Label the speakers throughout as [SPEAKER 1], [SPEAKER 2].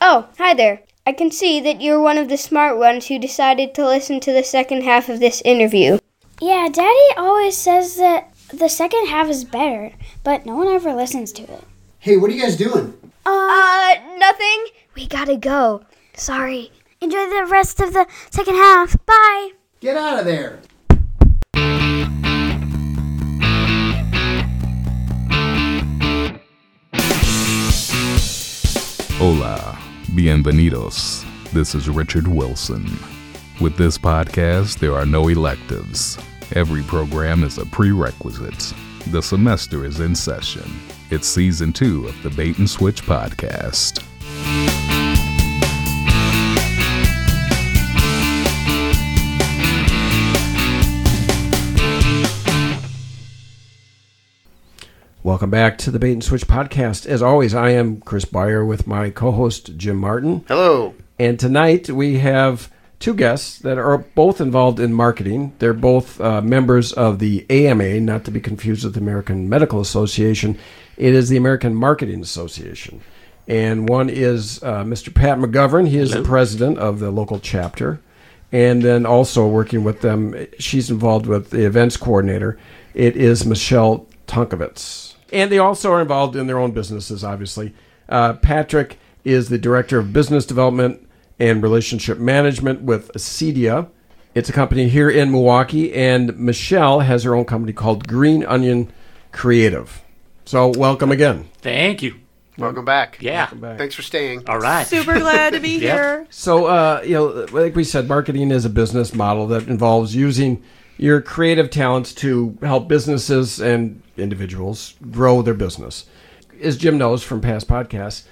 [SPEAKER 1] Oh, hi there. I can see that you're one of the smart ones who decided to listen to the second half of this interview.
[SPEAKER 2] Yeah, Daddy always says that the second half is better, but no one ever listens to it.
[SPEAKER 3] Hey, what are you guys doing?
[SPEAKER 1] Uh, nothing. We gotta go. Sorry.
[SPEAKER 2] Enjoy the rest of the second half. Bye.
[SPEAKER 3] Get out of there.
[SPEAKER 4] Hola, bienvenidos. This is Richard Wilson. With this podcast, there are no electives. Every program is a prerequisite. The semester is in session. It's season two of the Bait and Switch podcast.
[SPEAKER 5] Welcome back to the Bait and Switch podcast. As always, I am Chris Beyer with my co host, Jim Martin.
[SPEAKER 6] Hello.
[SPEAKER 5] And tonight we have two guests that are both involved in marketing. They're both uh, members of the AMA, not to be confused with the American Medical Association. It is the American Marketing Association. And one is uh, Mr. Pat McGovern. He is the president of the local chapter. And then also working with them, she's involved with the events coordinator. It is Michelle Tonkovitz. And they also are involved in their own businesses, obviously. Uh, Patrick is the director of business development and relationship management with Acedia. It's a company here in Milwaukee, and Michelle has her own company called Green Onion Creative. So, welcome again.
[SPEAKER 7] Thank you.
[SPEAKER 6] Welcome back.
[SPEAKER 7] Yeah.
[SPEAKER 6] Thanks for staying.
[SPEAKER 7] All right.
[SPEAKER 8] Super glad to be
[SPEAKER 7] Yep.
[SPEAKER 8] here.
[SPEAKER 5] So, uh, you know, like we said, marketing is a business model that involves using your creative talents to help businesses and individuals grow their business. As Jim knows from past podcasts,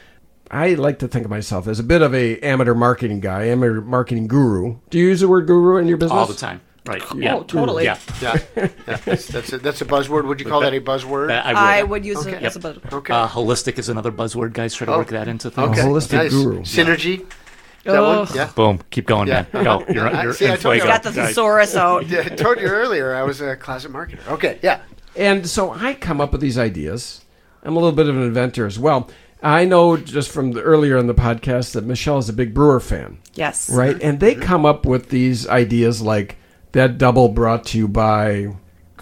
[SPEAKER 5] I like to think of myself as a bit of a amateur marketing guy, amateur marketing guru. Do you use the word guru in your business?
[SPEAKER 7] All the time. Right. Yeah.
[SPEAKER 8] Oh, totally.
[SPEAKER 7] Yeah.
[SPEAKER 6] Yeah. Yeah, That's, that's, a, that's a buzzword. Would you call that a buzzword?
[SPEAKER 7] That
[SPEAKER 8] I
[SPEAKER 7] I would.
[SPEAKER 8] would use it as a buzzword.
[SPEAKER 6] Okay.
[SPEAKER 7] Uh, holistic is another buzzword, guys. Try to work that into things.
[SPEAKER 6] Oh, okay.
[SPEAKER 5] holistic
[SPEAKER 6] nice.
[SPEAKER 5] guru.
[SPEAKER 6] Synergy. Is that one?
[SPEAKER 8] Ugh.
[SPEAKER 6] Yeah.
[SPEAKER 7] Boom. Keep going,
[SPEAKER 6] Yeah.
[SPEAKER 7] man. Go. You're,
[SPEAKER 6] I-
[SPEAKER 7] you're
[SPEAKER 6] see, I
[SPEAKER 7] in
[SPEAKER 6] told you.
[SPEAKER 7] fuego.
[SPEAKER 6] Got
[SPEAKER 8] Got the
[SPEAKER 7] Right.
[SPEAKER 8] thesaurus out.
[SPEAKER 6] yeah. I told you earlier I was a closet marketer. Okay. Yeah.
[SPEAKER 5] And so I come up with these ideas. I'm a little bit of an inventor as well. I know just from the earlier in the podcast that Michelle is a big brewer fan.
[SPEAKER 8] Yes.
[SPEAKER 5] Right? And they come up with these ideas like that double brought to you by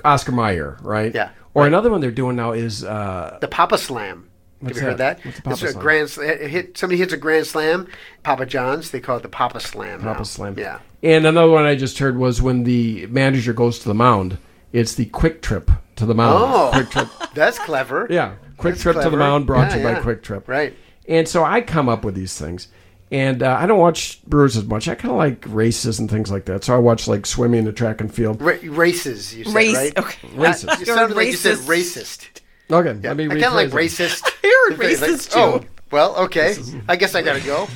[SPEAKER 5] Oscar Mayer, right?
[SPEAKER 6] Yeah,
[SPEAKER 5] Or another one they're doing now is uh,
[SPEAKER 6] The Papa Slam.
[SPEAKER 5] What's
[SPEAKER 6] Have you heard
[SPEAKER 5] that?
[SPEAKER 6] that?
[SPEAKER 5] What's a Papa
[SPEAKER 6] it's a
[SPEAKER 5] Slam?
[SPEAKER 6] grand sl- it hit somebody hits a grand slam. Papa John's. They call it the Papa Slam. now.
[SPEAKER 5] Papa Slam.
[SPEAKER 6] Yeah.
[SPEAKER 5] And another one I just heard was when the manager goes to the mound, it's the quick trip to the mound.
[SPEAKER 6] Oh.
[SPEAKER 5] Quick trip.
[SPEAKER 6] That's clever.
[SPEAKER 5] Yeah. Quick
[SPEAKER 6] That's
[SPEAKER 5] trip to the
[SPEAKER 6] clever.
[SPEAKER 5] mound brought
[SPEAKER 6] Yeah,
[SPEAKER 5] to you by
[SPEAKER 6] yeah.
[SPEAKER 5] Quick Trip.
[SPEAKER 6] Right.
[SPEAKER 5] And so I come up with these things. And uh, I don't watch Brewers as much. I kind of like races and things like that. So I watch like swimming and track and field.
[SPEAKER 6] Ra- races. You said
[SPEAKER 8] Race.
[SPEAKER 6] right. Uh,
[SPEAKER 8] Okay.
[SPEAKER 5] Races.
[SPEAKER 6] You sounded like you said
[SPEAKER 8] racist.
[SPEAKER 6] racist.
[SPEAKER 5] Okay,
[SPEAKER 6] Yeah,
[SPEAKER 5] let me
[SPEAKER 6] I kind of like
[SPEAKER 5] rephrase it.
[SPEAKER 6] racist.
[SPEAKER 8] I heard
[SPEAKER 6] Like,
[SPEAKER 8] racist
[SPEAKER 6] Oh,
[SPEAKER 8] too.
[SPEAKER 6] well, okay. I guess I gotta go.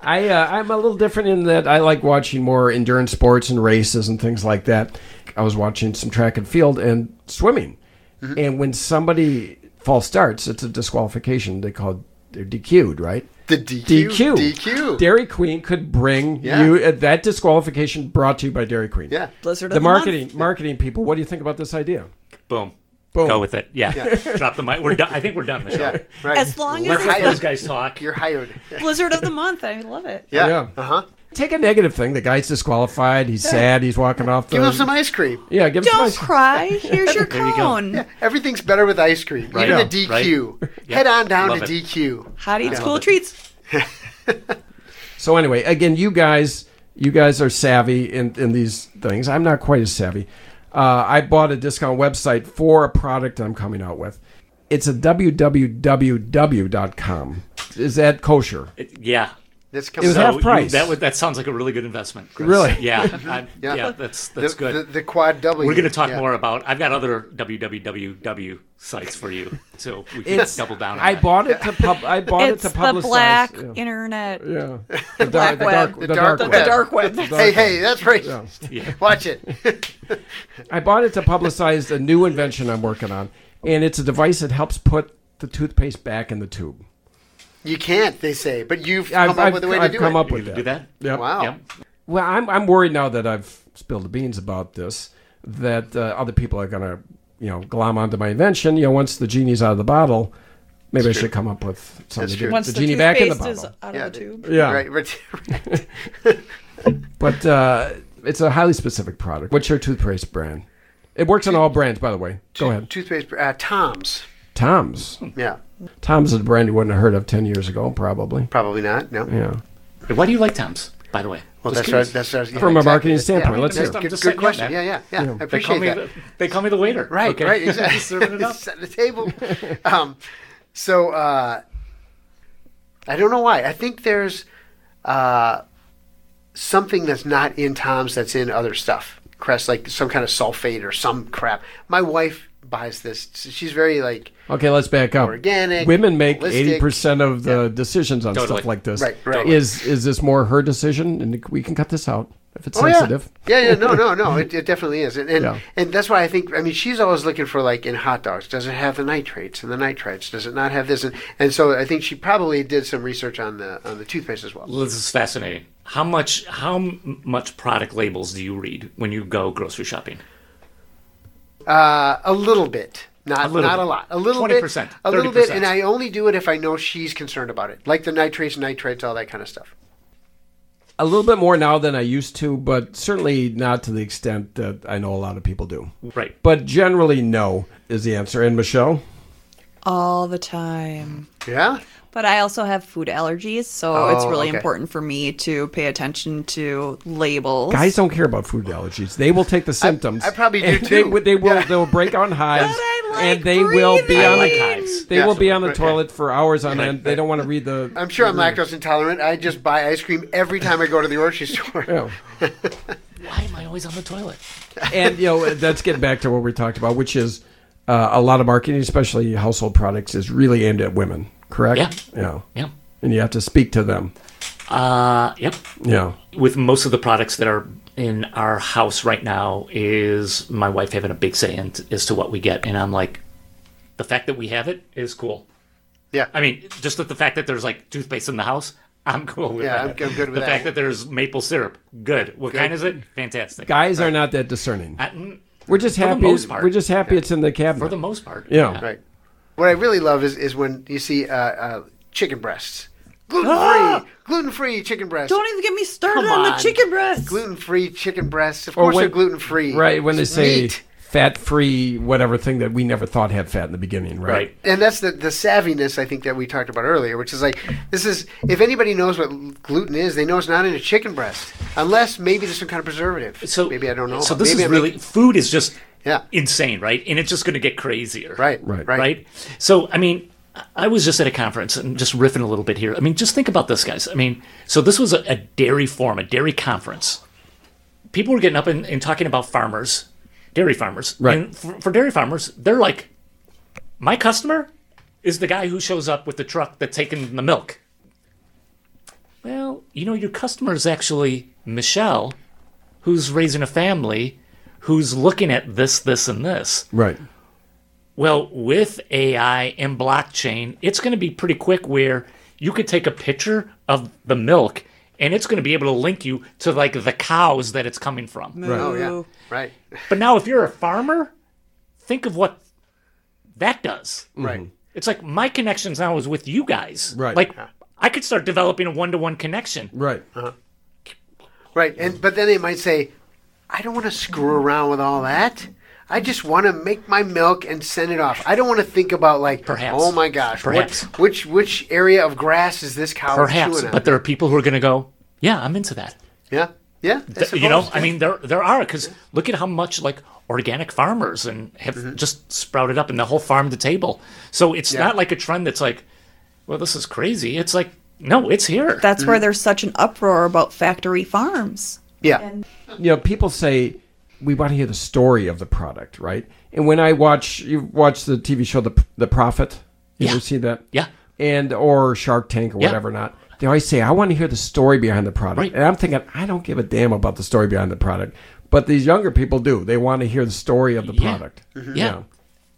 [SPEAKER 5] I uh, I'm a little different in that I like watching more endurance sports and races and things like that. I was watching some track and field and swimming,
[SPEAKER 6] Mm-hmm.
[SPEAKER 5] and when somebody false starts, it's a disqualification. They call it, they're DQ'd, right?
[SPEAKER 6] The DQ.
[SPEAKER 5] DQ.
[SPEAKER 6] DQ.
[SPEAKER 5] Dairy Queen could bring
[SPEAKER 6] Yeah.
[SPEAKER 5] you uh, that disqualification brought to you by Dairy Queen.
[SPEAKER 6] yeah.
[SPEAKER 8] Blizzard of
[SPEAKER 5] The
[SPEAKER 8] the month.
[SPEAKER 5] marketing marketing people, what do you think about this idea?
[SPEAKER 7] Boom.
[SPEAKER 5] Boom.
[SPEAKER 7] Go with it. Yeah. Drop the mic. We're done. I think we're done, Michelle.
[SPEAKER 6] Yeah. Right.
[SPEAKER 8] As long as
[SPEAKER 7] Let's
[SPEAKER 8] it's
[SPEAKER 7] let those guys talk.
[SPEAKER 6] You're hired. Yeah.
[SPEAKER 8] Blizzard of the month, I love it.
[SPEAKER 5] Yeah.
[SPEAKER 6] Uh huh.
[SPEAKER 5] Take a negative thing. The guy's disqualified. He's sad. He's walking off the.
[SPEAKER 6] Give him some ice cream.
[SPEAKER 5] yeah, give him some.
[SPEAKER 8] Don't
[SPEAKER 5] ice-
[SPEAKER 8] cry. Here's your cone.
[SPEAKER 6] Everything's better with ice cream.
[SPEAKER 7] Right.
[SPEAKER 6] Even
[SPEAKER 7] Yeah.
[SPEAKER 6] the DQ. Head on down
[SPEAKER 7] Love
[SPEAKER 6] to
[SPEAKER 7] it.
[SPEAKER 6] DQ.
[SPEAKER 8] How to eat school treats.
[SPEAKER 5] So anyway, again, you guys, you guys are savvy in, in these things. I'm not quite as savvy. Uh, I bought a discount website for a product I'm coming out with. It's a www.com. Is that kosher?
[SPEAKER 7] It- yeah.
[SPEAKER 6] This
[SPEAKER 5] It
[SPEAKER 6] comes
[SPEAKER 5] was
[SPEAKER 6] out.
[SPEAKER 5] half price.
[SPEAKER 7] that would that sounds like a really good investment. Chris.
[SPEAKER 5] Really?
[SPEAKER 7] Yeah. I, yeah.
[SPEAKER 6] Yeah.
[SPEAKER 7] That's
[SPEAKER 6] the,
[SPEAKER 7] that's good.
[SPEAKER 6] The, the quad W.
[SPEAKER 7] We're going to talk
[SPEAKER 6] Yeah.
[SPEAKER 7] more about. I've got other www sites for you, so we can
[SPEAKER 5] It's-
[SPEAKER 7] double down. On
[SPEAKER 5] I
[SPEAKER 7] that.
[SPEAKER 5] bought it to pub. I bought
[SPEAKER 8] It's
[SPEAKER 5] it to
[SPEAKER 8] the
[SPEAKER 5] publicize.
[SPEAKER 8] black
[SPEAKER 5] yeah.
[SPEAKER 8] internet.
[SPEAKER 5] yeah. The,
[SPEAKER 8] black web.
[SPEAKER 6] The dark
[SPEAKER 8] The, the
[SPEAKER 6] web.
[SPEAKER 8] dark web. That's
[SPEAKER 6] Hey, hey, that's racist.
[SPEAKER 7] Yeah.
[SPEAKER 6] Watch it.
[SPEAKER 5] I bought it to publicize a new invention I'm working on, and it's a device that helps put the toothpaste back in the tube.
[SPEAKER 6] You can't, they say, but you've
[SPEAKER 5] I've,
[SPEAKER 6] come up
[SPEAKER 5] I've-
[SPEAKER 6] with a way
[SPEAKER 5] I've
[SPEAKER 6] to do
[SPEAKER 5] come
[SPEAKER 6] it.
[SPEAKER 5] up
[SPEAKER 7] You
[SPEAKER 5] with
[SPEAKER 7] gonna
[SPEAKER 5] that.
[SPEAKER 7] do that.
[SPEAKER 5] Yep.
[SPEAKER 6] Wow.
[SPEAKER 7] Yep.
[SPEAKER 5] Well, I'm I'm worried now that I've spilled the beans about this that uh, other people are gonna you know glom onto my invention. You know, once the genie's out of the bottle, Maybe I
[SPEAKER 6] true.
[SPEAKER 5] should come up with something.
[SPEAKER 6] true.
[SPEAKER 5] to
[SPEAKER 8] Once
[SPEAKER 5] the
[SPEAKER 8] the,
[SPEAKER 5] genie back in the
[SPEAKER 8] toothpaste
[SPEAKER 5] bottle.
[SPEAKER 8] is out
[SPEAKER 6] Yeah,
[SPEAKER 8] of the
[SPEAKER 6] the-
[SPEAKER 8] tube.
[SPEAKER 5] yeah,
[SPEAKER 6] Right, right, right.
[SPEAKER 5] but uh, it's a highly specific product. What's your toothpaste brand? It works on all brands, by the way. Go ahead.
[SPEAKER 6] Toothpaste, uh, Tom's.
[SPEAKER 5] Tom's.
[SPEAKER 6] Yeah,
[SPEAKER 5] Tom's is a brand you wouldn't have heard of ten years ago, probably.
[SPEAKER 6] probably not. No.
[SPEAKER 5] Yeah.
[SPEAKER 7] Why do you like Tom's, by the way?
[SPEAKER 6] Well,
[SPEAKER 7] Just
[SPEAKER 6] that's our,
[SPEAKER 7] curious.
[SPEAKER 6] that's our, yeah,
[SPEAKER 5] From a marketing standpoint,
[SPEAKER 6] Yeah,
[SPEAKER 5] let's
[SPEAKER 6] that's
[SPEAKER 5] hear.
[SPEAKER 6] a Good,
[SPEAKER 7] Just
[SPEAKER 6] good
[SPEAKER 7] setting up
[SPEAKER 6] question.
[SPEAKER 7] that.
[SPEAKER 6] Yeah, yeah, yeah. I
[SPEAKER 7] They call
[SPEAKER 6] appreciate
[SPEAKER 7] me
[SPEAKER 6] that.
[SPEAKER 7] the, they call me the waiter.
[SPEAKER 6] Right,
[SPEAKER 7] okay?
[SPEAKER 6] right, exactly.
[SPEAKER 7] Serving it up.
[SPEAKER 6] Set the table. um, so uh, I don't know why. I think there's uh, something that's not in Tom's that's in other stuff. Crest, like some kind of sulfate or some crap. My wife buys this. She's very like
[SPEAKER 5] Okay, let's back up.
[SPEAKER 6] Organic,
[SPEAKER 5] Women make
[SPEAKER 6] holistic.
[SPEAKER 5] eighty percent of the decisions on
[SPEAKER 7] Totally.
[SPEAKER 5] stuff like this.
[SPEAKER 6] Right, right.
[SPEAKER 5] Is is this more her decision? And we can cut this out if it's
[SPEAKER 6] Oh, yeah.
[SPEAKER 5] sensitive.
[SPEAKER 6] Yeah, yeah, no, no, no. It, it definitely is, and and,
[SPEAKER 5] Yeah.
[SPEAKER 6] and that's why I think. I mean, she's always looking for like in hot dogs. Does it have the nitrates and the nitrites? Does it not have this? And, and so I think she probably did some research on the on the toothpaste as well.
[SPEAKER 7] Well, this is fascinating. How much how m- much product labels do you read when you go grocery shopping?
[SPEAKER 6] Uh, a little bit. Not,
[SPEAKER 7] A little
[SPEAKER 6] not
[SPEAKER 7] bit.
[SPEAKER 6] a lot. A little
[SPEAKER 7] 20%,
[SPEAKER 6] bit. A little bit.
[SPEAKER 7] 30%.
[SPEAKER 6] And I only do it if I know she's concerned about it, like the nitrates, nitrites, all that kind of stuff.
[SPEAKER 5] A little bit more now than I used to, but certainly not to the extent that I know a lot of people do.
[SPEAKER 7] Right.
[SPEAKER 5] But generally, no is the answer. And Michelle,
[SPEAKER 8] All the time.
[SPEAKER 6] Yeah.
[SPEAKER 8] But I also have food allergies, so it's
[SPEAKER 6] Oh,
[SPEAKER 8] really
[SPEAKER 6] okay.
[SPEAKER 8] important for me to pay attention to labels.
[SPEAKER 5] guys don't care about food allergies. They will take the symptoms.
[SPEAKER 6] probably do
[SPEAKER 5] and They,
[SPEAKER 6] too.
[SPEAKER 5] would- they will. They will break on hives,
[SPEAKER 8] I like
[SPEAKER 5] and they will be
[SPEAKER 8] breathing.
[SPEAKER 5] on
[SPEAKER 7] I like
[SPEAKER 5] the
[SPEAKER 7] hives.
[SPEAKER 5] they will be on the
[SPEAKER 6] Right, yeah.
[SPEAKER 5] toilet for hours on end. They don't want to read the.
[SPEAKER 6] I'm sure I'm lactose intolerant. I just buy ice cream every time I go to the grocery store.
[SPEAKER 5] Yeah.
[SPEAKER 7] Why am I always on the toilet?
[SPEAKER 5] and you know that's getting back to what we talked about, which is uh, a lot of marketing, especially household products, is really aimed at women. Correct?
[SPEAKER 7] Yeah.
[SPEAKER 5] Yeah.
[SPEAKER 7] Yeah.
[SPEAKER 5] And you have to speak to them.
[SPEAKER 7] Uh, yep.
[SPEAKER 5] Yeah.
[SPEAKER 7] With most of the products that are in our house right now, is my wife having a big say in as to what we get, and I'm like, the fact that we have it is cool.
[SPEAKER 6] Yeah.
[SPEAKER 7] I mean, just that the fact that there's like toothpaste in the house, I'm cool with
[SPEAKER 6] Yeah,
[SPEAKER 7] that.
[SPEAKER 6] I'm- I'm good with
[SPEAKER 7] the
[SPEAKER 6] that.
[SPEAKER 7] fact that there's maple syrup, good. What kind is it? Fantastic.
[SPEAKER 5] Guys are not that discerning.
[SPEAKER 7] I- mm,
[SPEAKER 5] We're just
[SPEAKER 7] the
[SPEAKER 5] happy.
[SPEAKER 7] most part.
[SPEAKER 5] We're just happy it's in the cabinet.
[SPEAKER 7] for the most part.
[SPEAKER 5] Yeah.
[SPEAKER 6] Right. What I really love is is when you see uh, uh, chicken breasts, gluten free, gluten free chicken breasts,
[SPEAKER 8] Don't even get me started
[SPEAKER 7] Come
[SPEAKER 8] on, the
[SPEAKER 7] on.
[SPEAKER 8] chicken breasts.
[SPEAKER 6] gluten free chicken breasts. Of course,
[SPEAKER 5] when-
[SPEAKER 6] they're gluten free.
[SPEAKER 5] right when they say fat-free, whatever thing that we never thought had fat in the beginning. Right.
[SPEAKER 7] Right.
[SPEAKER 6] And that's the, the savviness I think that we talked about earlier, which is like this is if anybody knows what gluten is, they know it's not in a chicken breast, unless maybe there's some kind of preservative.
[SPEAKER 7] So
[SPEAKER 6] maybe I don't know.
[SPEAKER 7] So this
[SPEAKER 6] Maybe
[SPEAKER 7] is
[SPEAKER 6] I'm
[SPEAKER 7] really
[SPEAKER 6] making-
[SPEAKER 7] food is just
[SPEAKER 6] Yeah.
[SPEAKER 7] insane, right? And it's just going to get crazier,
[SPEAKER 6] right,
[SPEAKER 5] Right.
[SPEAKER 6] right,
[SPEAKER 7] Right. So I mean, I- I was just at a conference and just riffing a little bit here. I mean, just think about this, guys. I mean, so this was a, a dairy forum, a dairy conference. People were getting up and, and talking about farmers, dairy farmers.
[SPEAKER 5] Right.
[SPEAKER 7] And for, for dairy farmers, they're like, my customer is the guy who shows up with the truck that's taking the milk. Well, you know, your customer is actually Michelle, who's raising a family, who's looking at this, this, and this.
[SPEAKER 5] Right.
[SPEAKER 7] Well, with AI and blockchain, it's going to be pretty quick where you could take a picture of the milk and it's going to be able to link you to like the cows that it's coming from.
[SPEAKER 6] Oh yeah, right,
[SPEAKER 7] But now, if you're a farmer, think of what that does.
[SPEAKER 6] right.
[SPEAKER 7] It's like my connections now is with you guys.
[SPEAKER 5] Right.
[SPEAKER 7] Like I could start developing a one to one connection.
[SPEAKER 5] Right.
[SPEAKER 6] Right, and but then they might say, "I don't want to screw around with all that. I just want to make my milk and send it off. I don't want to think about like,
[SPEAKER 7] Perhaps.
[SPEAKER 6] oh my gosh, what-
[SPEAKER 7] Perhaps.
[SPEAKER 6] which which area of grass is this cow
[SPEAKER 7] Perhaps.
[SPEAKER 6] chewing on?
[SPEAKER 7] But there are people who are going to go, yeah, I'm into that.
[SPEAKER 6] yeah, yeah, I
[SPEAKER 7] Th- you know,
[SPEAKER 6] suppose.
[SPEAKER 7] I mean, there there are because look at how much like organic farmers and have just sprouted up in the whole farm to table. So it's not like a trend that's like, well, this is crazy. It's like, no, it's here.
[SPEAKER 8] That's where there's such an uproar about factory farms.
[SPEAKER 6] yeah,
[SPEAKER 5] you know, people say we want to hear the story of the product, right? And when I watch, you watch the TV show The The Prophet. You
[SPEAKER 7] Yeah.
[SPEAKER 5] ever see that?
[SPEAKER 7] Yeah.
[SPEAKER 5] And or Shark Tank or
[SPEAKER 7] Yeah.
[SPEAKER 5] whatever. Not they always say I want to hear the story behind the product,
[SPEAKER 7] Right.
[SPEAKER 5] and I'm thinking I don't give a damn about the story behind the product, but these younger people do. They want to hear the story of the
[SPEAKER 7] Yeah.
[SPEAKER 5] product.
[SPEAKER 7] Yeah.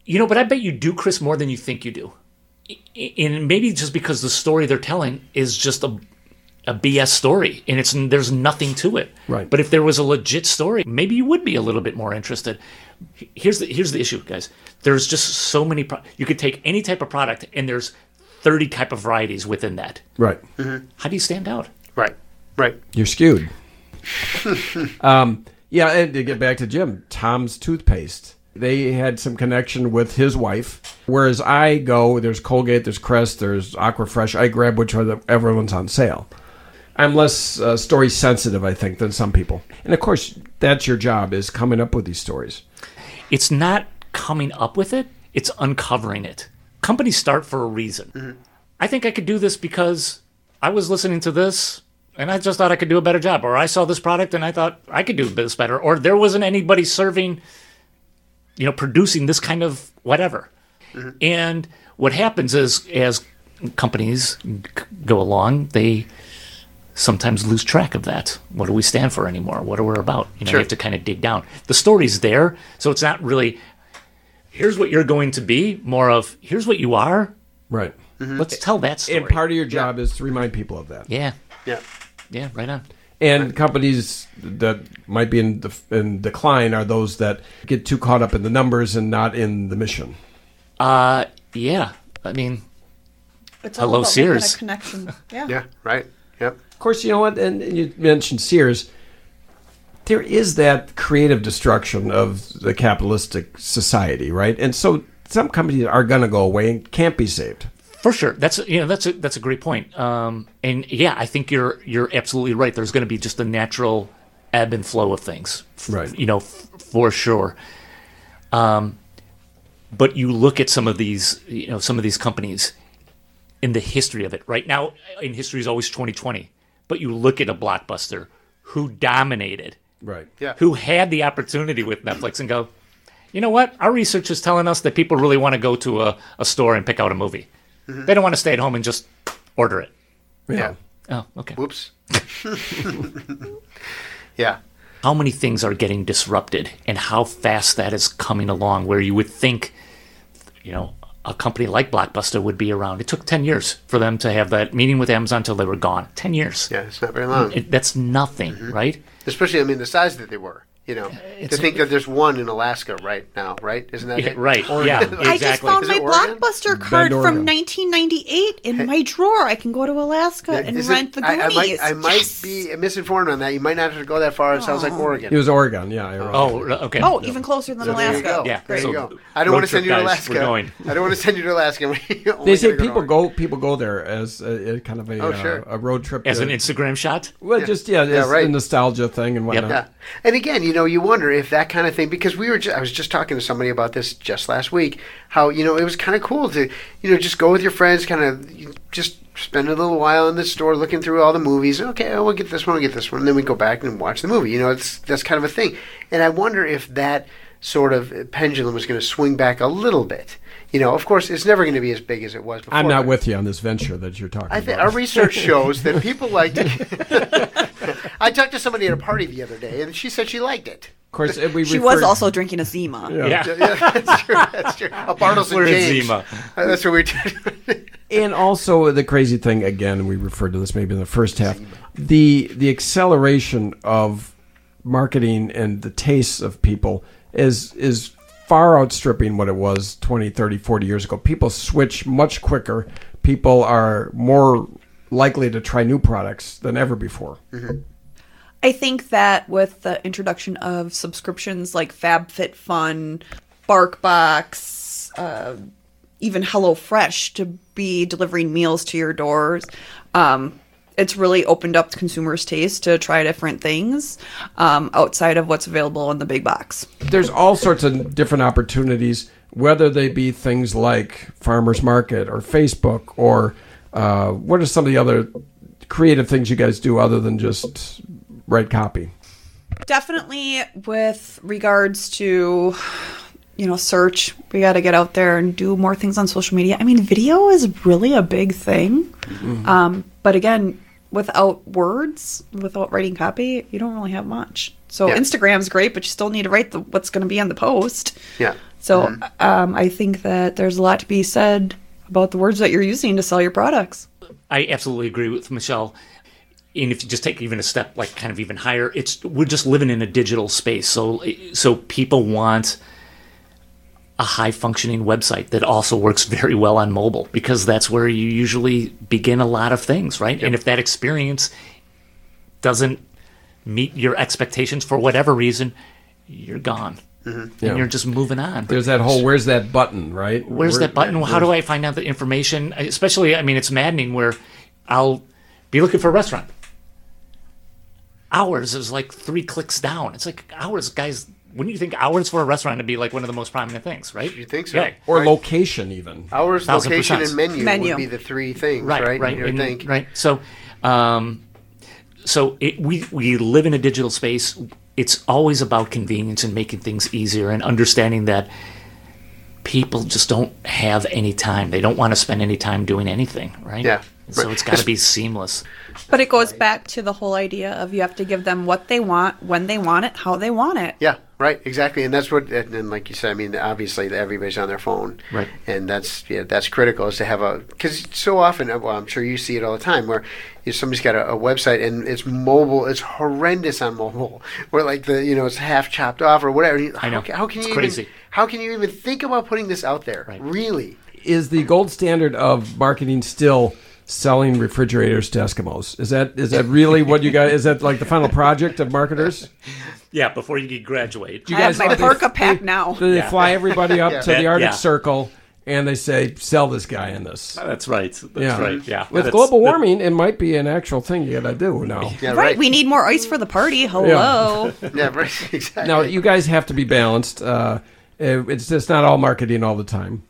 [SPEAKER 7] you know, but I bet you do, Chris, more than you think you do. I- I- And maybe just because the story they're telling is just a a BS story, and it's there's nothing to it.
[SPEAKER 5] Right.
[SPEAKER 7] But if there was a legit story, maybe you would be a little bit more interested. Here's the here's the issue, guys. There's just so many. Pro- you could take any type of product, and there's 30 type of varieties within that.
[SPEAKER 5] Right.
[SPEAKER 7] How do you stand out?
[SPEAKER 6] Right. Right.
[SPEAKER 5] You're skewed. um, yeah, and to get back to Jim, Tom's toothpaste. They had some connection with his wife. Whereas I go, there's Colgate, there's Crest, there's Aquafresh. I grab whichever one's on sale. I'm less uh, story sensitive, I think, than some people. And of course, that's your job is coming up with these stories.
[SPEAKER 7] It's not coming up with it, it's uncovering it. Companies start for a reason. I think I could do this because I was listening to this and I just thought I could do a better job, or I saw this product and I thought I could do this better, or there wasn't anybody serving, you know, producing this kind of whatever. And what happens is, as companies g- go along, they sometimes lose track of that. What do we stand for anymore? What are we about? You know, you have to kind of dig down. The story's there, so it's not really here's what you're going to be, more of here's what you are.
[SPEAKER 5] Right.
[SPEAKER 7] Let's tell that story.
[SPEAKER 5] And part of your job is to remind people of that.
[SPEAKER 7] yeah,
[SPEAKER 6] Yeah.
[SPEAKER 7] yeah, right on.
[SPEAKER 5] And companies that might be in, def- in decline are those that get too caught up in the numbers and not in the mission.
[SPEAKER 7] Uh, yeah, I mean,
[SPEAKER 8] It's all
[SPEAKER 7] Hello,
[SPEAKER 8] about making
[SPEAKER 7] Sears.
[SPEAKER 8] A connection. Yeah.
[SPEAKER 6] Yeah. Right. Yep.
[SPEAKER 5] Of course, you know what? And, and you mentioned Sears. There is that creative destruction of the capitalistic society, right? And so some companies are going to go away and can't be saved.
[SPEAKER 7] For sure, that's you know that's a that's a great point. Um, and yeah, I think you're you're absolutely right. There's going to be just a natural ebb and flow of things, f-
[SPEAKER 5] Right.
[SPEAKER 7] You know, f- for sure. Um, but you look at some of these, you know, some of these companies in the history of it. Right now, in history is always 2020. But you look at a blockbuster who dominated,
[SPEAKER 5] Right.
[SPEAKER 6] Yeah.
[SPEAKER 7] who had the opportunity with Netflix, and go, you know what? Our research is telling us that people really want to go to a, a store and pick out a movie.
[SPEAKER 6] Mm-hmm.
[SPEAKER 7] They don't want to stay at home and just order it.
[SPEAKER 6] Yeah.
[SPEAKER 7] Oh, okay.
[SPEAKER 6] Whoops. yeah.
[SPEAKER 7] How many things are getting disrupted and how fast that is coming along where you would think, you know, a company like Blockbuster would be around. It took 10 years for them to have that meeting with Amazon till they were gone. 10 years.
[SPEAKER 6] Yeah. Mm-hmm. It's not very long.
[SPEAKER 7] It, that's nothing, right?
[SPEAKER 6] Especially, I mean, the size that they were. You know, to think that there's one in Alaska right now, right? Isn't that
[SPEAKER 7] Yeah,
[SPEAKER 6] it?
[SPEAKER 7] right. Yeah, exactly.
[SPEAKER 8] I just found
[SPEAKER 6] Is
[SPEAKER 8] my
[SPEAKER 6] it Oregon?
[SPEAKER 8] Blockbuster card
[SPEAKER 5] Oregon.
[SPEAKER 8] from 1998 in my drawer. I can go to Alaska and
[SPEAKER 6] Is it-
[SPEAKER 8] rent the
[SPEAKER 6] I,
[SPEAKER 8] Goonies.
[SPEAKER 6] I might, I might
[SPEAKER 8] Yes.
[SPEAKER 6] be misinformed on that. You might not have to go that far. It sounds like Oregon.
[SPEAKER 5] It was Oregon. Yeah. I remember.
[SPEAKER 7] Oh, okay.
[SPEAKER 8] Oh, even closer than
[SPEAKER 6] There you
[SPEAKER 8] Alaska.
[SPEAKER 6] go.
[SPEAKER 7] Yeah,
[SPEAKER 6] There
[SPEAKER 7] so
[SPEAKER 6] you go. I don't
[SPEAKER 7] road
[SPEAKER 6] want to send you
[SPEAKER 7] trip,
[SPEAKER 6] to
[SPEAKER 7] guys.
[SPEAKER 6] Alaska.
[SPEAKER 7] We're going.
[SPEAKER 6] I don't want to send you to Alaska. We only
[SPEAKER 5] They say
[SPEAKER 6] gotta to
[SPEAKER 5] people
[SPEAKER 6] Oregon.
[SPEAKER 5] go people go there as a, a kind of a,
[SPEAKER 6] Oh,
[SPEAKER 5] uh,
[SPEAKER 6] sure.
[SPEAKER 5] a road trip
[SPEAKER 7] As
[SPEAKER 5] to-
[SPEAKER 7] an Instagram shot?
[SPEAKER 5] well, just yeah, it's
[SPEAKER 6] right.
[SPEAKER 5] a nostalgia thing and whatnot.
[SPEAKER 6] Yeah. uh, And again, you know, you wonder if that kind of thing because we were just, I was just talking to somebody about this just last week how, you know, it was kind of cool to, you know, just go with your friends kind of just spend a little while in the store looking through all the movies. Okay, oh, we'll get this one, we'll get this one, and then we go back and watch the movie. You know, it's that's kind of a thing. And I wonder if that sort of pendulum is going to swing back a little bit. You know, of course, it's never going to be as big as it was before.
[SPEAKER 5] I'm not
[SPEAKER 6] but-
[SPEAKER 5] with you on this venture that you're talking
[SPEAKER 6] I think
[SPEAKER 5] about.
[SPEAKER 6] our research shows that people like to. I talked to somebody at a party the other day, and she said she liked it.
[SPEAKER 5] of course, we
[SPEAKER 8] She was
[SPEAKER 5] referred-
[SPEAKER 8] also drinking a Zima.
[SPEAKER 7] Yeah.
[SPEAKER 6] Yeah, that's true. That's true. A Bartles and
[SPEAKER 7] We're in
[SPEAKER 6] James.
[SPEAKER 7] Zima.
[SPEAKER 6] Uh, That's what we did.
[SPEAKER 5] and also the crazy thing again we referred to this maybe in the first half the the acceleration of marketing and the tastes of people is is far outstripping what it was 20 30 40 years ago people switch much quicker people are more likely to try new products than ever before
[SPEAKER 8] I think that with the introduction of subscriptions like FabFitFun, BarkBox, uh, even HelloFresh to be delivering meals to your doors, um, it's really opened up consumers' taste to try different things um, outside of what's available in the big box.
[SPEAKER 5] there's all sorts of different opportunities, whether they be things like farmers market or Facebook or uh, what are some of the other creative things you guys do other than just write copy?
[SPEAKER 8] Definitely with regards to you know search we got to get out there and do more things on social media i mean video is really a big thing
[SPEAKER 6] Mm-hmm.
[SPEAKER 8] um, but again without words without writing copy you don't really have much so
[SPEAKER 6] Yeah.
[SPEAKER 8] instagram's great but you still need to write the, what's going to be on the post
[SPEAKER 6] Yeah.
[SPEAKER 8] so um, i think that there's a lot to be said about the words that you're using to sell your products
[SPEAKER 7] I absolutely agree with Michelle. And if you just take even a step, like kind of even higher, it's we're just living in a digital space. So so people want a high functioning website that also works very well on mobile because that's where you usually begin a lot of things, right? And if that experience doesn't meet your expectations for whatever reason, you're gone.
[SPEAKER 5] Yeah.
[SPEAKER 7] And you're just moving on.
[SPEAKER 5] There's that whole where's that button, right?
[SPEAKER 7] Where's
[SPEAKER 5] Where-
[SPEAKER 7] that button? How do I find out the information? I- Especially, I mean, it's maddening where I'll be looking for a restaurant. Hours is like three clicks down. It's like hours, guys. Wouldn't you think hours for a restaurant would be like one of the most prominent things, right?
[SPEAKER 6] You think so?
[SPEAKER 7] Yeah.
[SPEAKER 5] Or
[SPEAKER 6] Right.
[SPEAKER 5] location, even.
[SPEAKER 6] Hours,
[SPEAKER 7] Thousand
[SPEAKER 6] location,
[SPEAKER 7] percent.
[SPEAKER 6] and menu,
[SPEAKER 8] Menu.
[SPEAKER 6] would be the three things,
[SPEAKER 7] right,
[SPEAKER 6] right?
[SPEAKER 7] right,
[SPEAKER 6] You would
[SPEAKER 7] and-
[SPEAKER 6] think.
[SPEAKER 7] right. So, um, so it, we we live in a digital space. It's always about convenience and making things easier and understanding that people just don't have any time. They don't want to spend any time doing anything, right?
[SPEAKER 6] Yeah.
[SPEAKER 7] And So
[SPEAKER 6] Right.
[SPEAKER 7] it's got to be seamless.
[SPEAKER 8] But it goes back to the whole idea of you have to give them what they want, when they want it, how they want it.
[SPEAKER 6] Yeah, right, exactly, and that's what, and, and like you said, I mean, obviously everybody's on their phone,
[SPEAKER 7] Right.
[SPEAKER 6] And that's yeah, that's critical is to have a because so often, uh, well, I'm sure you see it all the time where you know, somebody's got a, a website and it's mobile, it's horrendous on mobile, where like the you know it's half chopped off or whatever. You-
[SPEAKER 7] I know.
[SPEAKER 6] How, ca- how can
[SPEAKER 7] It's
[SPEAKER 6] you
[SPEAKER 7] crazy.
[SPEAKER 6] Even, how can you even think about putting this out there?
[SPEAKER 7] Right.
[SPEAKER 6] Really?
[SPEAKER 5] Is the gold standard of marketing still selling refrigerators to Eskimos? Is that is that really what you got? Is that like the final project of marketers?
[SPEAKER 7] Yeah. Before you graduate,
[SPEAKER 5] You
[SPEAKER 8] I have my
[SPEAKER 5] they-
[SPEAKER 8] parka pack now.
[SPEAKER 5] They, fly everybody up to the
[SPEAKER 7] Yeah.
[SPEAKER 5] Arctic
[SPEAKER 7] Yeah.
[SPEAKER 5] Circle and they say, "Sell this guy in this."
[SPEAKER 7] that's right. That's
[SPEAKER 5] Yeah.
[SPEAKER 7] right. Yeah.
[SPEAKER 5] With
[SPEAKER 7] That's-
[SPEAKER 5] global warming, it might be an actual thing you got to do now.
[SPEAKER 6] Yeah,
[SPEAKER 8] Right, we need more ice for the party. Hello.
[SPEAKER 6] yeah, right. Exactly.
[SPEAKER 5] Now you guys have to be balanced. Uh, it- it's just not all marketing all the time.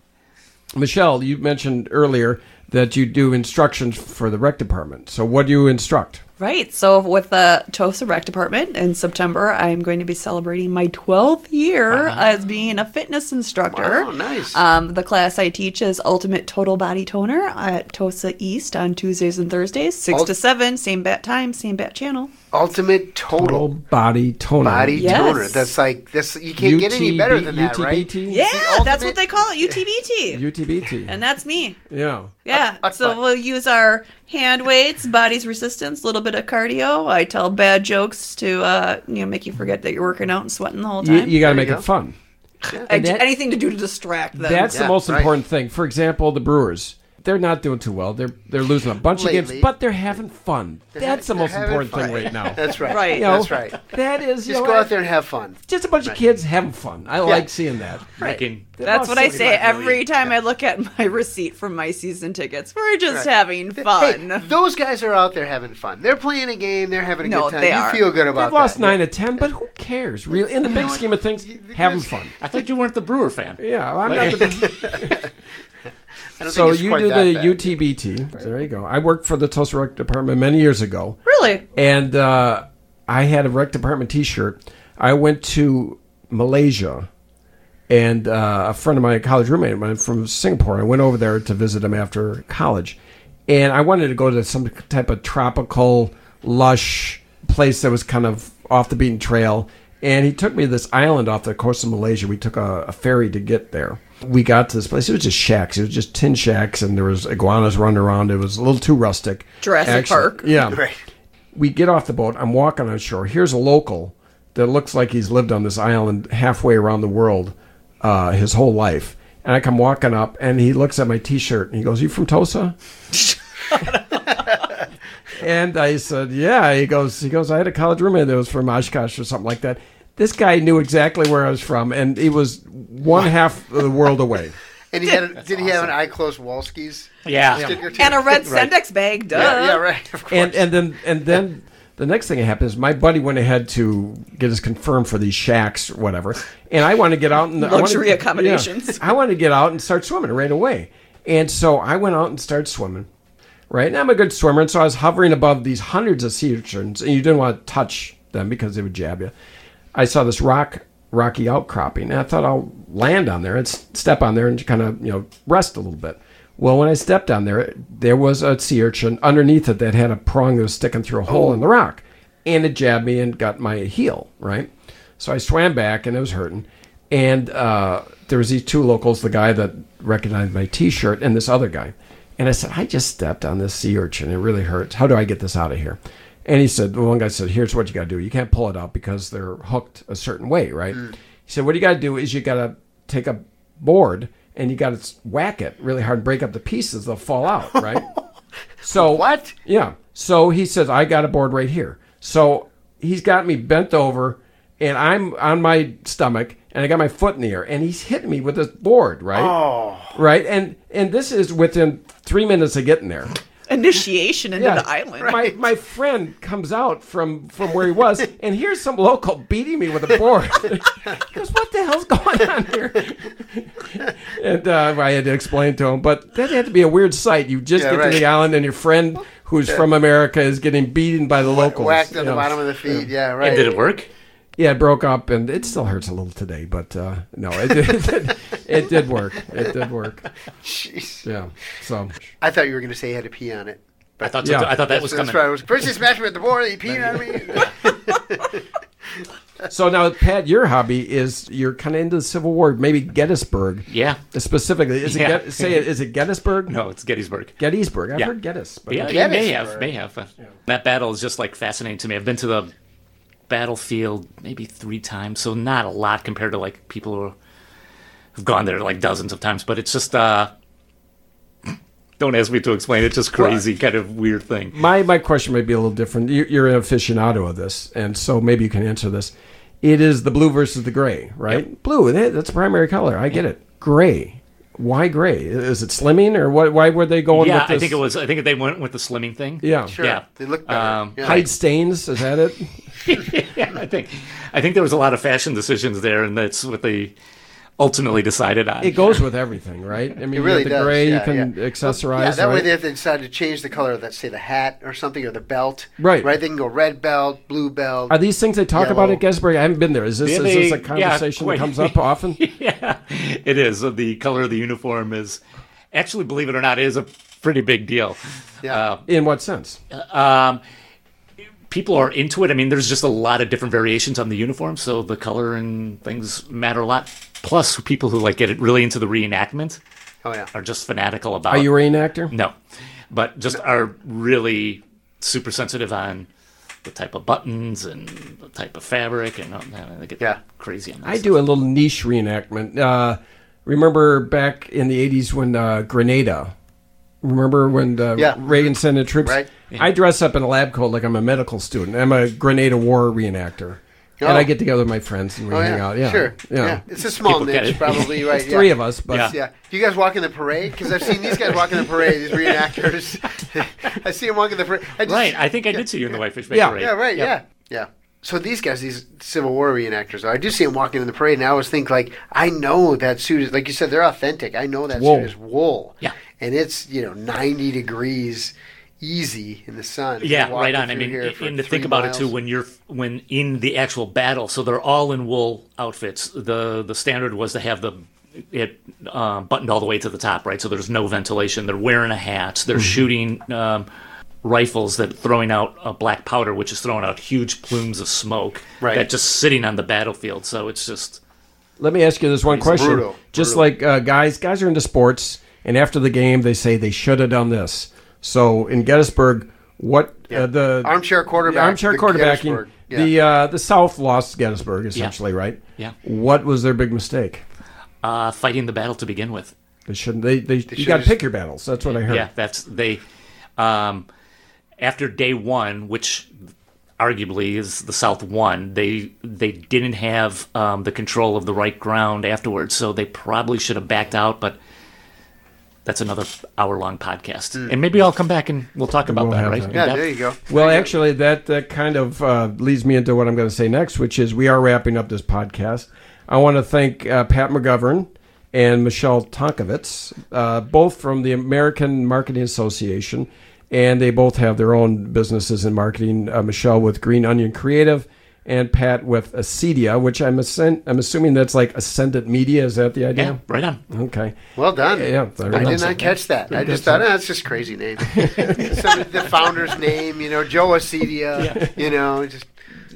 [SPEAKER 5] Michelle, you mentioned earlier that you do instructions for the rec department. So what do you instruct?
[SPEAKER 8] Right. So with the Tulsa Rec Department in September, I'm going to be celebrating my 12th year as being a fitness instructor.
[SPEAKER 6] Wow, nice.
[SPEAKER 8] Um, the class I teach is Ultimate Total Body Toner at Tulsa East on Tuesdays and Thursdays, 6
[SPEAKER 6] Ult-
[SPEAKER 8] to 7, same bat time, same bat channel.
[SPEAKER 6] Ultimate total.
[SPEAKER 5] Total body toning.
[SPEAKER 6] Body
[SPEAKER 8] Yes.
[SPEAKER 6] toner. That's like this. You can't get any better than that, right?
[SPEAKER 5] UTBT?
[SPEAKER 8] Yeah, that's
[SPEAKER 6] ultimate-
[SPEAKER 8] what they call it, UTBT.
[SPEAKER 5] UTBT.
[SPEAKER 8] and that's me.
[SPEAKER 5] yeah.
[SPEAKER 8] Yeah. so we'll use our hand weights, body's resistance, a little bit of cardio. I tell bad jokes to uh, you know make you forget that you're working out and sweating the whole
[SPEAKER 5] You,
[SPEAKER 8] time.
[SPEAKER 5] you got to make
[SPEAKER 6] you
[SPEAKER 5] it
[SPEAKER 6] go.
[SPEAKER 5] fun.
[SPEAKER 8] I
[SPEAKER 5] And
[SPEAKER 8] do
[SPEAKER 5] that-
[SPEAKER 8] anything to do to distract them.
[SPEAKER 5] That's the
[SPEAKER 6] Yeah,
[SPEAKER 5] most
[SPEAKER 6] right.
[SPEAKER 5] important thing. For example, the Brewers. They're not doing too well. They're they're losing a bunch of
[SPEAKER 6] Lately.
[SPEAKER 5] games, but they're having fun. That's the
[SPEAKER 6] they're
[SPEAKER 5] most
[SPEAKER 6] having
[SPEAKER 5] important
[SPEAKER 6] fun.
[SPEAKER 5] thing right now.
[SPEAKER 6] That's right.
[SPEAKER 8] Right.
[SPEAKER 5] You know,
[SPEAKER 6] That's right.
[SPEAKER 5] That is you
[SPEAKER 6] Just
[SPEAKER 5] know,
[SPEAKER 6] go out there and have fun.
[SPEAKER 5] Just a bunch of kids having fun. I like seeing that.
[SPEAKER 7] Making,
[SPEAKER 8] That's what I
[SPEAKER 5] Awesome.
[SPEAKER 8] say every time I look at my receipt from my season tickets. We're just having
[SPEAKER 6] Hey,
[SPEAKER 8] fun.
[SPEAKER 6] those guys are out there having fun. They're playing a game. They're having a
[SPEAKER 8] No,
[SPEAKER 6] good time.
[SPEAKER 8] they
[SPEAKER 6] you
[SPEAKER 8] are.
[SPEAKER 6] feel good about
[SPEAKER 5] They've lost
[SPEAKER 6] that.
[SPEAKER 5] nine to ten, but who cares? Really, in the big scheme of things, having fun.
[SPEAKER 7] I thought you weren't the Brewer fan.
[SPEAKER 5] Yeah, I'm not the,
[SPEAKER 6] I don't
[SPEAKER 5] so
[SPEAKER 6] think it's
[SPEAKER 5] you
[SPEAKER 6] quite
[SPEAKER 5] do
[SPEAKER 6] that
[SPEAKER 5] the
[SPEAKER 6] bad.
[SPEAKER 5] UTBT. There you go. I worked for the Tulsa Rec Department many years ago,
[SPEAKER 8] really?
[SPEAKER 5] and uh, I had a Rec Department T-shirt. I went to Malaysia, and uh, a friend of mine, a college roommate of mine from Singapore, I went over there to visit him after college, and I wanted to go to some type of tropical, lush place that was kind of off the beaten trail. And he took me to this island off the coast of Malaysia. We took a, a ferry to get there. We got to this place. It was just shacks. It was just tin shacks, and there was iguanas running around. It was a little too rustic.
[SPEAKER 8] Jurassic Park.
[SPEAKER 5] Yeah
[SPEAKER 6] Right.
[SPEAKER 5] we get off the boat. I'm walking on shore. Here's a local that looks like he's lived on this island halfway around the world uh, his whole life. And I come walking up, and he looks at my T-shirt, and he goes, "You from Tulsa?" and I said, "Yeah." He goes, "He goes. I had a college roommate that was from Oshkosh or something like that." This guy knew exactly where I was from, and he was one half of the world away.
[SPEAKER 6] And he had a, did he have an eye closed Walski's
[SPEAKER 7] Yeah.
[SPEAKER 6] sticker too?
[SPEAKER 8] And a red Sendex bag, duh.
[SPEAKER 6] yeah, yeah, right. Of course.
[SPEAKER 5] and and then and then the next thing that happened is my buddy went ahead to get us confirmed for these shacks or whatever, and I want to get out and I wanted-
[SPEAKER 8] Luxury accommodations.
[SPEAKER 5] yeah. I want to get out and start swimming right away, and so I went out and started swimming. Right, and I'm a good swimmer, and so I was hovering above these hundreds of sea urchins, and you didn't want to touch them because they would jab you. I saw this rock, rocky outcropping, and I thought I'll land on there and s- step on there and kind of you know rest a little bit. Well, when I stepped on there, there was a sea urchin underneath it that had a prong that was sticking through a
[SPEAKER 8] Oh.
[SPEAKER 5] hole in the rock, and it jabbed me and got my heel. Right, so I swam back and it was hurting, and uh, there was these two locals, the guy that recognized my T-shirt and this other guy, and I said, I just stepped on this sea urchin. It really hurts. How do I get this out of here? And he said, the one guy said, here's what you got to do. You can't pull it out because they're hooked a certain way, right? He said, what you got to do is you got to take a board and you got to whack it really hard and break up the pieces, they'll fall out, right? so
[SPEAKER 6] What?
[SPEAKER 5] Yeah. So he says, I got a board right here. So he's got me bent over and I'm on my stomach and I got my foot in the air and he's hitting me with this board, right? Oh. Right? And and this is within three minutes of getting there.
[SPEAKER 8] Initiation into the island.
[SPEAKER 5] My my friend comes out from from where he was, and here's some local beating me with a board. he goes, "What the hell's going on here?" and uh, I had to explain to him, but that had to be a weird sight. You just
[SPEAKER 6] Yeah,
[SPEAKER 5] get
[SPEAKER 6] right.
[SPEAKER 5] to the island, and your friend who's from America is getting beaten by the locals.
[SPEAKER 6] Whacked on
[SPEAKER 5] you
[SPEAKER 6] the
[SPEAKER 5] know.
[SPEAKER 6] bottom of the feet. Yeah, right.
[SPEAKER 7] And did it work?
[SPEAKER 5] Yeah, it broke up, and it still hurts a little today. But uh, no, it did, it did work. It did work.
[SPEAKER 6] Jeez.
[SPEAKER 5] Yeah. So
[SPEAKER 6] I thought you were going to say he had to pee on it.
[SPEAKER 7] I thought.
[SPEAKER 5] Yeah.
[SPEAKER 7] I thought that was
[SPEAKER 6] So that's
[SPEAKER 7] coming.
[SPEAKER 6] why I was first he smashed me at the board. He peed on me.
[SPEAKER 5] so now, Pat, your hobby is you're kind of into the Civil War, maybe Gettysburg.
[SPEAKER 7] Yeah.
[SPEAKER 5] Specifically, is
[SPEAKER 7] Yeah.
[SPEAKER 5] it Get, say it is it Gettysburg?
[SPEAKER 7] No, it's Gettysburg.
[SPEAKER 5] Gettysburg. I've
[SPEAKER 7] Yeah.
[SPEAKER 5] heard Geddes, but
[SPEAKER 7] Yeah, you may have, may have. That battle is just like fascinating to me. I've been to the battlefield maybe three times, so not a lot compared to like people who have gone there like dozens of times. But it's just uh, don't ask me to explain. It's just crazy, kind of weird thing.
[SPEAKER 5] my my question may be a little different. You, you're an aficionado of this, and so maybe you can answer this. It is the blue versus the gray, right? Blue. that- That's primary color. I get it. Gray. Why gray? Is it slimming or what? Why were they going?
[SPEAKER 7] yeah,
[SPEAKER 5] with this?
[SPEAKER 7] I think it was. I think they went with the slimming thing.
[SPEAKER 5] Yeah.
[SPEAKER 6] Sure,
[SPEAKER 7] Yeah.
[SPEAKER 6] they look better.
[SPEAKER 7] Um,
[SPEAKER 6] yeah.
[SPEAKER 5] Hide stains. Is that it?
[SPEAKER 7] yeah, I think, I think there was a lot of fashion decisions there, and that's what they ultimately decided on.
[SPEAKER 5] It goes with everything, right? I mean,
[SPEAKER 6] It really
[SPEAKER 5] you get the
[SPEAKER 6] does.
[SPEAKER 5] gray.
[SPEAKER 6] yeah,
[SPEAKER 5] you can
[SPEAKER 6] yeah.
[SPEAKER 5] accessorize.
[SPEAKER 6] Yeah, that way
[SPEAKER 5] right?
[SPEAKER 6] they have to decide to change the color of, let's say, the hat or something or the belt.
[SPEAKER 5] Right.
[SPEAKER 6] Right. They can go red belt, blue belt.
[SPEAKER 5] Are these things they talk about
[SPEAKER 6] Yellow.
[SPEAKER 5] at Gettysburg? I haven't been there. Is this
[SPEAKER 7] Yeah,
[SPEAKER 5] is this
[SPEAKER 7] they-
[SPEAKER 5] a
[SPEAKER 7] yeah,
[SPEAKER 5] conversation
[SPEAKER 7] quite.
[SPEAKER 5] that comes up often?
[SPEAKER 7] yeah, it is. So The color of the uniform is actually, believe it or not, is a pretty big deal.
[SPEAKER 6] yeah.
[SPEAKER 5] In what sense?
[SPEAKER 7] Um, people are into it. I mean, there's just a lot of different variations on the uniform, so the color and things matter a lot. Plus, people who like get really into the reenactment
[SPEAKER 6] oh yeah.
[SPEAKER 7] are just fanatical about.
[SPEAKER 5] Are you a reenactor?
[SPEAKER 7] No, but just are really super sensitive on the type of buttons and the type of fabric and all that. They get
[SPEAKER 6] Yeah.
[SPEAKER 7] crazy on that.
[SPEAKER 5] I do a little niche reenactment. Uh, remember back in the 80s when uh, Grenada, remember when uh,
[SPEAKER 6] Yeah.
[SPEAKER 5] Reagan sent in troops?
[SPEAKER 6] Right.
[SPEAKER 5] I dress up in a lab coat like I'm a medical student. I'm a Grenada War reenactor. And
[SPEAKER 6] Oh.
[SPEAKER 5] I get together with my friends and we
[SPEAKER 6] Oh,
[SPEAKER 5] hang
[SPEAKER 6] yeah.
[SPEAKER 5] out. Yeah.
[SPEAKER 6] Sure.
[SPEAKER 5] Yeah.
[SPEAKER 6] It's a small
[SPEAKER 7] People get
[SPEAKER 6] niche,
[SPEAKER 7] it.
[SPEAKER 6] probably. Right.
[SPEAKER 5] It's Three
[SPEAKER 6] yeah.
[SPEAKER 5] of us, but
[SPEAKER 7] Yeah.
[SPEAKER 6] Yeah. Do you guys walk in the parade? Because I've seen these guys walk in the parade. These reenactors. I see them walking the parade. I just-
[SPEAKER 7] Right, I think I did see you in the Whitefish Bay
[SPEAKER 5] Yeah.
[SPEAKER 7] Parade.
[SPEAKER 6] Yeah. Right. Yeah. Yeah. So these guys, these Civil War reenactors, I do see them walking in the parade, and I always think like, I know that suit is like you said, they're authentic. I know that
[SPEAKER 5] Wool.
[SPEAKER 6] suit is wool.
[SPEAKER 7] Yeah.
[SPEAKER 6] And it's you know ninety degrees, easy in the sun.
[SPEAKER 7] Yeah,
[SPEAKER 6] Walking
[SPEAKER 7] right on. I
[SPEAKER 6] through
[SPEAKER 7] mean,
[SPEAKER 6] here for
[SPEAKER 7] and to
[SPEAKER 6] three
[SPEAKER 7] think about
[SPEAKER 6] miles.
[SPEAKER 7] it too, when you're when in the actual battle, so they're all in wool outfits. the The standard was to have the it uh, buttoned all the way to the top, right? So there's no ventilation. They're wearing a hat.
[SPEAKER 6] Mm-hmm.
[SPEAKER 7] They're shooting um, rifles that throwing out uh, black powder, which is throwing out huge plumes of smoke
[SPEAKER 6] Right.
[SPEAKER 7] that just sitting on the battlefield. So it's just
[SPEAKER 5] Let me ask you this one question.
[SPEAKER 6] brutal,
[SPEAKER 5] Just
[SPEAKER 6] brutal.
[SPEAKER 5] like uh, guys, guys are into sports, and after the game, they say they should have done this. So in Gettysburg, what uh, the
[SPEAKER 6] Armchair quarterback,
[SPEAKER 5] the armchair
[SPEAKER 6] the
[SPEAKER 5] quarterbacking,
[SPEAKER 6] Gettysburg, yeah.
[SPEAKER 5] the uh, the South lost Gettysburg essentially, right?
[SPEAKER 7] Yeah.
[SPEAKER 5] What was their big mistake?
[SPEAKER 7] uh, fighting the battle to begin with.
[SPEAKER 5] They shouldn't. They they, you
[SPEAKER 6] should've
[SPEAKER 5] got to
[SPEAKER 6] just-
[SPEAKER 5] pick your battles. That's what I heard.
[SPEAKER 7] Yeah, that's they. Um, after day one, which arguably is the South won, they they didn't have um, the control of the right ground afterwards, so they probably should have backed out. But that's another hour long podcast, and maybe I'll come back and we'll talk about
[SPEAKER 5] We'll
[SPEAKER 7] that.
[SPEAKER 5] have
[SPEAKER 7] Right?
[SPEAKER 5] that.
[SPEAKER 6] Mm. Yeah,
[SPEAKER 7] That-
[SPEAKER 6] there you go.
[SPEAKER 5] Well, actually, that that kind of uh, leads me into what I'm going to say next, which is we are wrapping up this podcast. I want to thank uh, Pat McGovern and Michelle Tonkovitz, uh, both from the American Marketing Association, and they both have their own businesses in marketing. Uh, Michelle with Green Onion Creative, and Pat with Acedia, which I'm assen- I'm assuming that's like Ascendant Media. Is that the
[SPEAKER 7] yeah,
[SPEAKER 5] idea?
[SPEAKER 7] right on.
[SPEAKER 5] Okay.
[SPEAKER 6] Well done.
[SPEAKER 5] Yeah, yeah, I
[SPEAKER 6] I, did
[SPEAKER 5] remember
[SPEAKER 6] not catch that. I just thought, oh, that's just crazy name. Some of the founder's name, you know, Joe Acedia, you know, just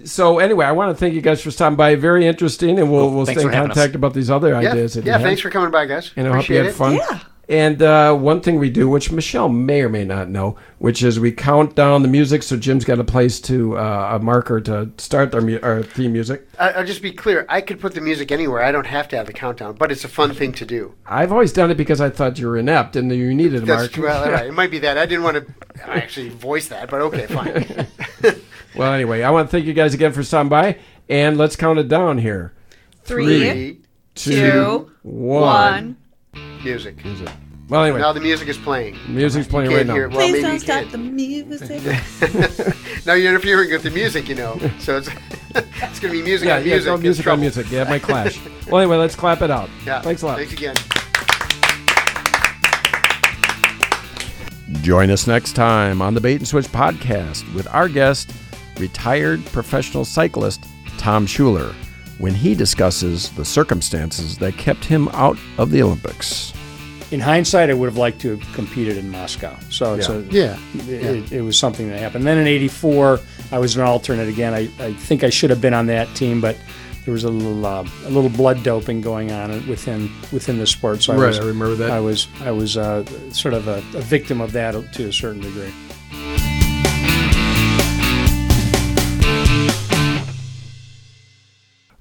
[SPEAKER 5] So anyway, I want to thank you guys for stopping by. Very interesting, and we'll we'll
[SPEAKER 7] thanks
[SPEAKER 5] stay in
[SPEAKER 7] for having us.
[SPEAKER 5] contact about these other
[SPEAKER 6] yeah,
[SPEAKER 5] ideas. that you
[SPEAKER 6] yeah.
[SPEAKER 5] have.
[SPEAKER 6] Thanks for coming by, guys.
[SPEAKER 5] And I hope you
[SPEAKER 6] Appreciate
[SPEAKER 5] had
[SPEAKER 6] it.
[SPEAKER 5] fun.
[SPEAKER 8] Yeah.
[SPEAKER 5] And uh, one thing we do, which Michelle may or may not know, which is we count down the music. So Jim's got a place to uh, a marker to start our, mu- our theme music.
[SPEAKER 6] I, I'll just be clear. I could put the music anywhere. I don't have to have the countdown, but it's a fun thing to do.
[SPEAKER 5] I've always done it because I thought you were inept and you needed a
[SPEAKER 6] That's
[SPEAKER 5] marker.
[SPEAKER 6] well, all right. It might be that. I didn't want to actually voice that, but okay, fine.
[SPEAKER 5] Well, anyway, I want to thank you guys again for stopping by, and let's count it down here. Three,
[SPEAKER 8] Three,
[SPEAKER 5] two, one.
[SPEAKER 8] two, one.
[SPEAKER 6] Music.
[SPEAKER 5] Well, anyway,
[SPEAKER 6] Now the music is playing.
[SPEAKER 5] music's playing
[SPEAKER 6] Can't
[SPEAKER 5] right now.
[SPEAKER 6] hear it. Well,
[SPEAKER 8] Please
[SPEAKER 6] maybe
[SPEAKER 8] don't
[SPEAKER 6] you
[SPEAKER 8] stop
[SPEAKER 6] can.
[SPEAKER 8] the music.
[SPEAKER 6] Now you're interfering with the music, you know. So it's it's gonna be music
[SPEAKER 5] yeah,
[SPEAKER 6] on
[SPEAKER 5] yeah,
[SPEAKER 6] music.
[SPEAKER 5] music,
[SPEAKER 6] It's
[SPEAKER 5] music on
[SPEAKER 6] trouble.
[SPEAKER 5] music. Yeah, my clash. well, anyway, let's clap it out.
[SPEAKER 6] Yeah.
[SPEAKER 5] Thanks a lot.
[SPEAKER 6] Thanks again.
[SPEAKER 5] Join us next time on the Bait and Switch podcast with our guest, retired professional cyclist Tom Schuler, when he discusses the circumstances that kept him out of the Olympics.
[SPEAKER 9] in hindsight, I would have liked to have competed in Moscow. So it's a,
[SPEAKER 6] Yeah.
[SPEAKER 9] It, it was something that happened. Then in '84, I was an alternate again. I, I think I should have been on that team, but there was a little uh, a little blood doping going on within within the sport. So I
[SPEAKER 5] Right,
[SPEAKER 9] was,
[SPEAKER 5] I remember that.
[SPEAKER 9] I was I was uh, sort of a, a victim of that to a certain degree.